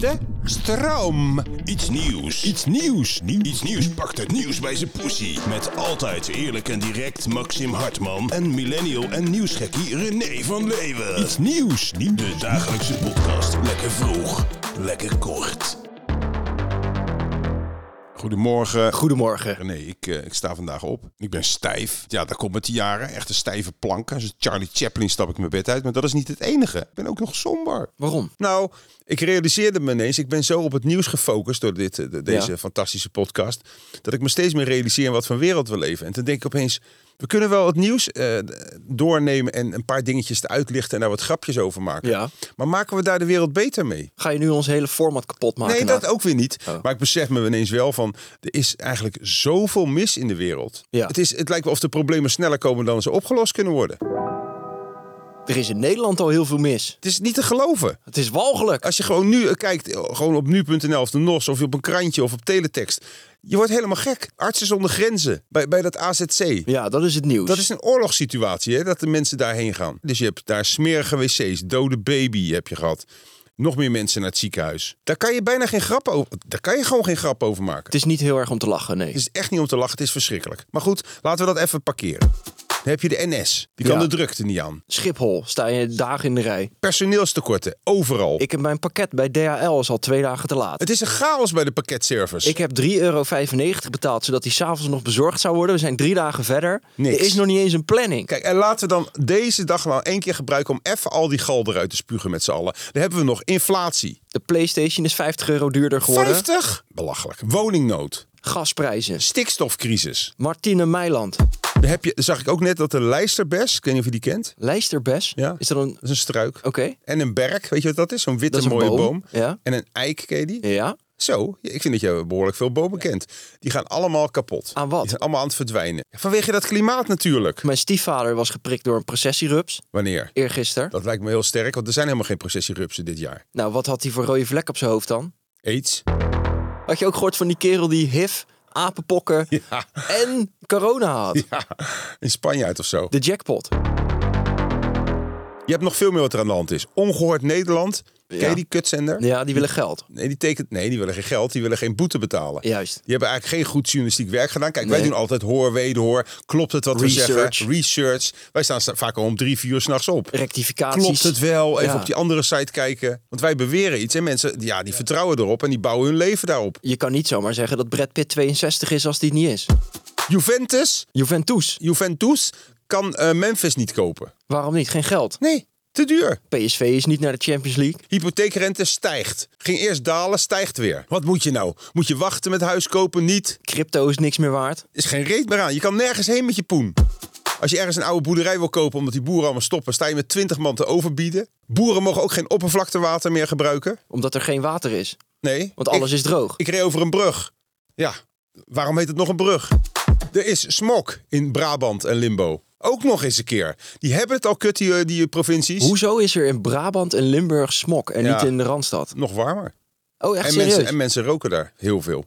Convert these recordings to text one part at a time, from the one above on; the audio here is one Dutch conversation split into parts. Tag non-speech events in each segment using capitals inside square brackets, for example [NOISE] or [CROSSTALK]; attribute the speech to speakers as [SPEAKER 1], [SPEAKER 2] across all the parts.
[SPEAKER 1] De stroom.
[SPEAKER 2] Iets nieuws.
[SPEAKER 1] Iets nieuws. nieuws.
[SPEAKER 2] Iets nieuws pakt het nieuws bij zijn poesie. Met altijd eerlijk en direct Maxim Hartman en millennial en nieuwsgekkie René van Leeuwen.
[SPEAKER 1] Iets nieuws. nieuws.
[SPEAKER 2] De dagelijkse podcast. Lekker vroeg, lekker kort.
[SPEAKER 1] Goedemorgen.
[SPEAKER 3] Goedemorgen.
[SPEAKER 1] René, ik, eh, ik sta vandaag op. Ik ben stijf. Ja, dat komt met de jaren. Echt een stijve plank. Als een Charlie Chaplin stap ik mijn bed uit. Maar dat is niet het enige. Ik ben ook nog somber.
[SPEAKER 3] Waarom?
[SPEAKER 1] Nou, ik realiseerde me ineens, ik ben zo op het nieuws gefocust door dit, eh, de- deze
[SPEAKER 3] Ja.
[SPEAKER 1] fantastische podcast, dat ik me steeds meer realiseer in wat voor wereld we leven. En toen denk ik opeens, we kunnen wel het nieuws eh, doornemen en een paar dingetjes eruit lichten en daar wat grapjes over maken.
[SPEAKER 3] Ja.
[SPEAKER 1] Maar maken we daar de wereld beter mee?
[SPEAKER 3] Ga je nu ons hele format kapot maken?
[SPEAKER 1] Nee,
[SPEAKER 3] nou?
[SPEAKER 1] dat ook weer niet.
[SPEAKER 3] Oh.
[SPEAKER 1] Maar ik besef me ineens wel van, er is eigenlijk zoveel mis in de wereld.
[SPEAKER 3] Ja.
[SPEAKER 1] Het, is, het lijkt wel of de problemen sneller komen dan ze opgelost kunnen worden.
[SPEAKER 3] Er is in Nederland al heel veel mis.
[SPEAKER 1] Het is niet te geloven.
[SPEAKER 3] Het is walgelijk.
[SPEAKER 1] Als je gewoon nu eh, kijkt, eh, gewoon op nu.nl of de NOS of op een krantje of op teletext. Je wordt helemaal gek. Artsen zonder grenzen bij, bij dat AZC.
[SPEAKER 3] Ja, dat is het nieuws.
[SPEAKER 1] Dat is een oorlogssituatie, hè, dat de mensen daarheen gaan. Dus je hebt daar smerige wc's, dode baby heb je gehad. Nog meer mensen naar het ziekenhuis. Daar kan je bijna geen grap over. Daar kan je gewoon geen grap over maken.
[SPEAKER 3] Het is niet heel erg om te lachen, nee.
[SPEAKER 1] Het is echt niet om te lachen, het is verschrikkelijk. Maar goed, laten we dat even parkeren. Dan heb je de NS. Die kan
[SPEAKER 3] Ja.
[SPEAKER 1] de drukte niet aan.
[SPEAKER 3] Schiphol, sta je dagen in de rij.
[SPEAKER 1] Personeelstekorten, overal.
[SPEAKER 3] Ik heb mijn pakket bij DHL is al twee dagen te laat.
[SPEAKER 1] Het is een chaos bij de pakketservice.
[SPEAKER 3] Ik heb 3,95 euro betaald, zodat die s'avonds nog bezorgd zou worden. We zijn drie dagen verder.
[SPEAKER 1] Niks.
[SPEAKER 3] Er is nog niet eens een planning.
[SPEAKER 1] Kijk, en laten we dan deze dag nou één keer gebruiken om even al die gal eruit te spugen met z'n allen. Dan hebben we nog inflatie.
[SPEAKER 3] De Playstation is 50 euro duurder geworden.
[SPEAKER 1] 50? Belachelijk. Woningnood.
[SPEAKER 3] Gasprijzen.
[SPEAKER 1] Stikstofcrisis.
[SPEAKER 3] Martine Meiland.
[SPEAKER 1] Dan heb je, zag ik ook net dat de lijsterbes, ik weet niet of je die kent.
[SPEAKER 3] Lijsterbes.
[SPEAKER 1] Ja.
[SPEAKER 3] Is dat een...
[SPEAKER 1] Dat is een struik.
[SPEAKER 3] Oké.
[SPEAKER 1] En een berk, weet je wat dat is? Zo'n witte
[SPEAKER 3] Oh. Dat is een
[SPEAKER 1] mooie boom.
[SPEAKER 3] boom. Ja.
[SPEAKER 1] En een eik, ken je die?
[SPEAKER 3] Ja?
[SPEAKER 1] Zo, ik vind dat je behoorlijk veel bomen kent. Die gaan allemaal kapot.
[SPEAKER 3] Aan wat?
[SPEAKER 1] Die zijn allemaal aan het verdwijnen. Vanwege dat klimaat natuurlijk.
[SPEAKER 3] Mijn stiefvader was geprikt door een processierups.
[SPEAKER 1] Wanneer?
[SPEAKER 3] Eergisteren.
[SPEAKER 1] Dat lijkt me heel sterk, want er zijn helemaal geen processierupsen dit jaar.
[SPEAKER 3] Nou, wat had hij voor rode vlek op zijn hoofd dan?
[SPEAKER 1] Aids?
[SPEAKER 3] Had je ook gehoord van die kerel die HIV, apenpokken
[SPEAKER 1] Ja.
[SPEAKER 3] en corona had?
[SPEAKER 1] Ja, in Spanje uit of zo.
[SPEAKER 3] De jackpot.
[SPEAKER 1] Je hebt nog veel meer wat er aan de hand is. Ongehoord Nederland. Ken je die kutzender?
[SPEAKER 3] Ja, die willen geld.
[SPEAKER 1] Nee, die tekent, nee, die willen geen geld. Die willen geen boete betalen.
[SPEAKER 3] Juist.
[SPEAKER 1] Die hebben eigenlijk geen goed journalistiek werk gedaan. Kijk, wij
[SPEAKER 3] Nee.
[SPEAKER 1] doen altijd hoor, wederhoor. Klopt het wat we
[SPEAKER 3] Research.
[SPEAKER 1] zeggen? Research. Wij staan sta- vaak al om drie, vier uur s'nachts op.
[SPEAKER 3] Rectificaties.
[SPEAKER 1] Klopt het wel? Even
[SPEAKER 3] Ja.
[SPEAKER 1] op die andere site kijken. Want wij beweren iets en mensen ja, die vertrouwen erop en die bouwen hun leven daarop.
[SPEAKER 3] Je kan niet zomaar zeggen dat Brad Pitt 62 is als die het niet is.
[SPEAKER 1] Juventus,
[SPEAKER 3] Juventus.
[SPEAKER 1] Juventus kan eh, Memphis niet kopen.
[SPEAKER 3] Waarom niet? Geen geld.
[SPEAKER 1] Nee, te duur.
[SPEAKER 3] PSV is niet naar de Champions League.
[SPEAKER 1] Hypotheekrente stijgt. Ging eerst dalen, stijgt weer. Wat moet je nou? Moet je wachten met huis kopen? Niet.
[SPEAKER 3] Crypto is niks meer waard.
[SPEAKER 1] Is geen reet meer aan. Je kan nergens heen met je poen. Als je ergens een oude boerderij wil kopen omdat die boeren allemaal stoppen, sta je met 20 man te overbieden. Boeren mogen ook geen oppervlaktewater meer gebruiken.
[SPEAKER 3] Omdat er geen water is.
[SPEAKER 1] Nee.
[SPEAKER 3] Want alles
[SPEAKER 1] ik,
[SPEAKER 3] is droog.
[SPEAKER 1] Ik reed over een brug. Ja, waarom heet het nog een brug? Er is smog in Brabant en Limbo. Ook nog eens een keer. Die hebben het al kut, die, eh, die provincies.
[SPEAKER 3] Hoezo is er in Brabant en Limburg smok en
[SPEAKER 1] Ja.
[SPEAKER 3] niet in de Randstad?
[SPEAKER 1] Nog warmer.
[SPEAKER 3] Oh, echt
[SPEAKER 1] En
[SPEAKER 3] serieus?
[SPEAKER 1] mensen, en mensen roken daar heel veel.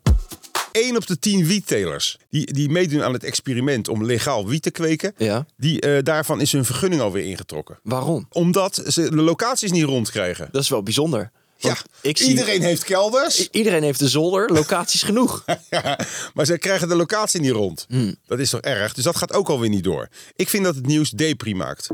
[SPEAKER 1] 1 op de 10 wiettelers die, die meedoen aan het experiment om legaal wiet te kweken,
[SPEAKER 3] Ja.
[SPEAKER 1] die, eh, daarvan is hun vergunning alweer ingetrokken.
[SPEAKER 3] Waarom?
[SPEAKER 1] Omdat ze de locaties niet rondkrijgen.
[SPEAKER 3] Dat is wel bijzonder.
[SPEAKER 1] Ja,
[SPEAKER 3] Want ik zie-
[SPEAKER 1] iedereen heeft
[SPEAKER 3] I-
[SPEAKER 1] kelders,
[SPEAKER 3] Iedereen heeft een zolder, locaties genoeg.
[SPEAKER 1] [LAUGHS] ja, maar ze krijgen de locatie niet
[SPEAKER 3] Hmm.
[SPEAKER 1] rond. Dat is toch erg? Dus dat gaat ook alweer niet door. Ik vind dat het nieuws depri maakt.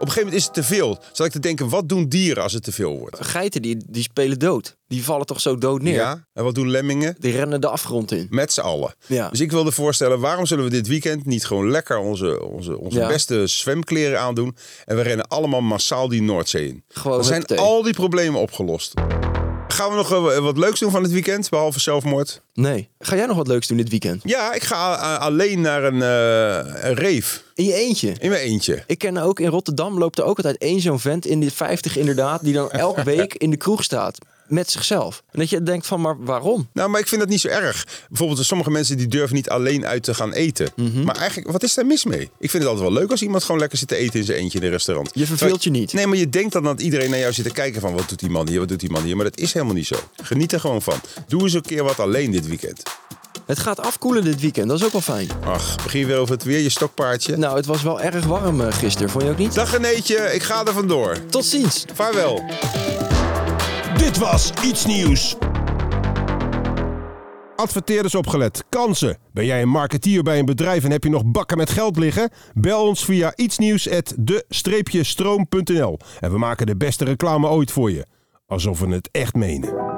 [SPEAKER 1] een gegeven moment is het te veel. Zat ik te denken, wat doen dieren als het te veel wordt?
[SPEAKER 3] Geiten die, die spelen dood. Die vallen toch zo dood neer?
[SPEAKER 1] Ja. En wat doen lemmingen?
[SPEAKER 3] Die rennen de afgrond in.
[SPEAKER 1] Met z'n allen.
[SPEAKER 3] Ja.
[SPEAKER 1] Dus ik wilde voorstellen, waarom zullen we dit weekend niet gewoon lekker onze, onze, onze
[SPEAKER 3] Ja.
[SPEAKER 1] beste zwemkleren aandoen? En we rennen allemaal massaal die Noordzee in.
[SPEAKER 3] Gewoon
[SPEAKER 1] Dan zijn
[SPEAKER 3] huppatee.
[SPEAKER 1] al die problemen opgelost. Gaan we nog eh, wat leuks doen van het weekend, behalve zelfmoord?
[SPEAKER 3] Nee. Ga jij nog wat leuks doen dit weekend?
[SPEAKER 1] Ja, ik ga a- a- alleen naar een, eh een rave.
[SPEAKER 3] In je eentje.
[SPEAKER 1] In mijn eentje.
[SPEAKER 3] Ik ken ook in Rotterdam loopt er ook altijd één zo'n vent in de 50 inderdaad, die dan elke week in de kroeg staat. Met zichzelf. En dat je denkt van, maar waarom?
[SPEAKER 1] Nou, maar ik vind dat niet zo erg. Bijvoorbeeld, sommige mensen die durven niet alleen uit te gaan eten.
[SPEAKER 3] Mhm.
[SPEAKER 1] Maar eigenlijk, wat is daar mis mee? Ik vind het altijd wel leuk als iemand gewoon lekker zit te eten in zijn eentje in een restaurant.
[SPEAKER 3] Je verveelt je niet.
[SPEAKER 1] Nee, maar je denkt dan dat iedereen naar jou zit te kijken van... wat doet die man hier, wat doet die man hier? Maar dat is helemaal niet zo. Geniet er gewoon van. Doe eens een keer wat alleen dit weekend.
[SPEAKER 3] Het gaat afkoelen dit weekend, dat is ook wel fijn.
[SPEAKER 1] Ach, begin weer over het weer, je stokpaardje.
[SPEAKER 3] Nou, het was wel erg warm eh, gisteren, vond je ook niet?
[SPEAKER 1] Dag Geneetje, ik ga er vandoor.
[SPEAKER 3] Tot ziens!
[SPEAKER 1] Vaarwel.
[SPEAKER 2] Dit was Iets Nieuws.
[SPEAKER 4] Adverteerders opgelet. Kansen. Ben jij een marketeer bij een bedrijf en heb je nog bakken met geld liggen? Bel ons via ietsnieuws@de-stroom.nl en we maken de beste reclame ooit voor je. Alsof we het echt menen.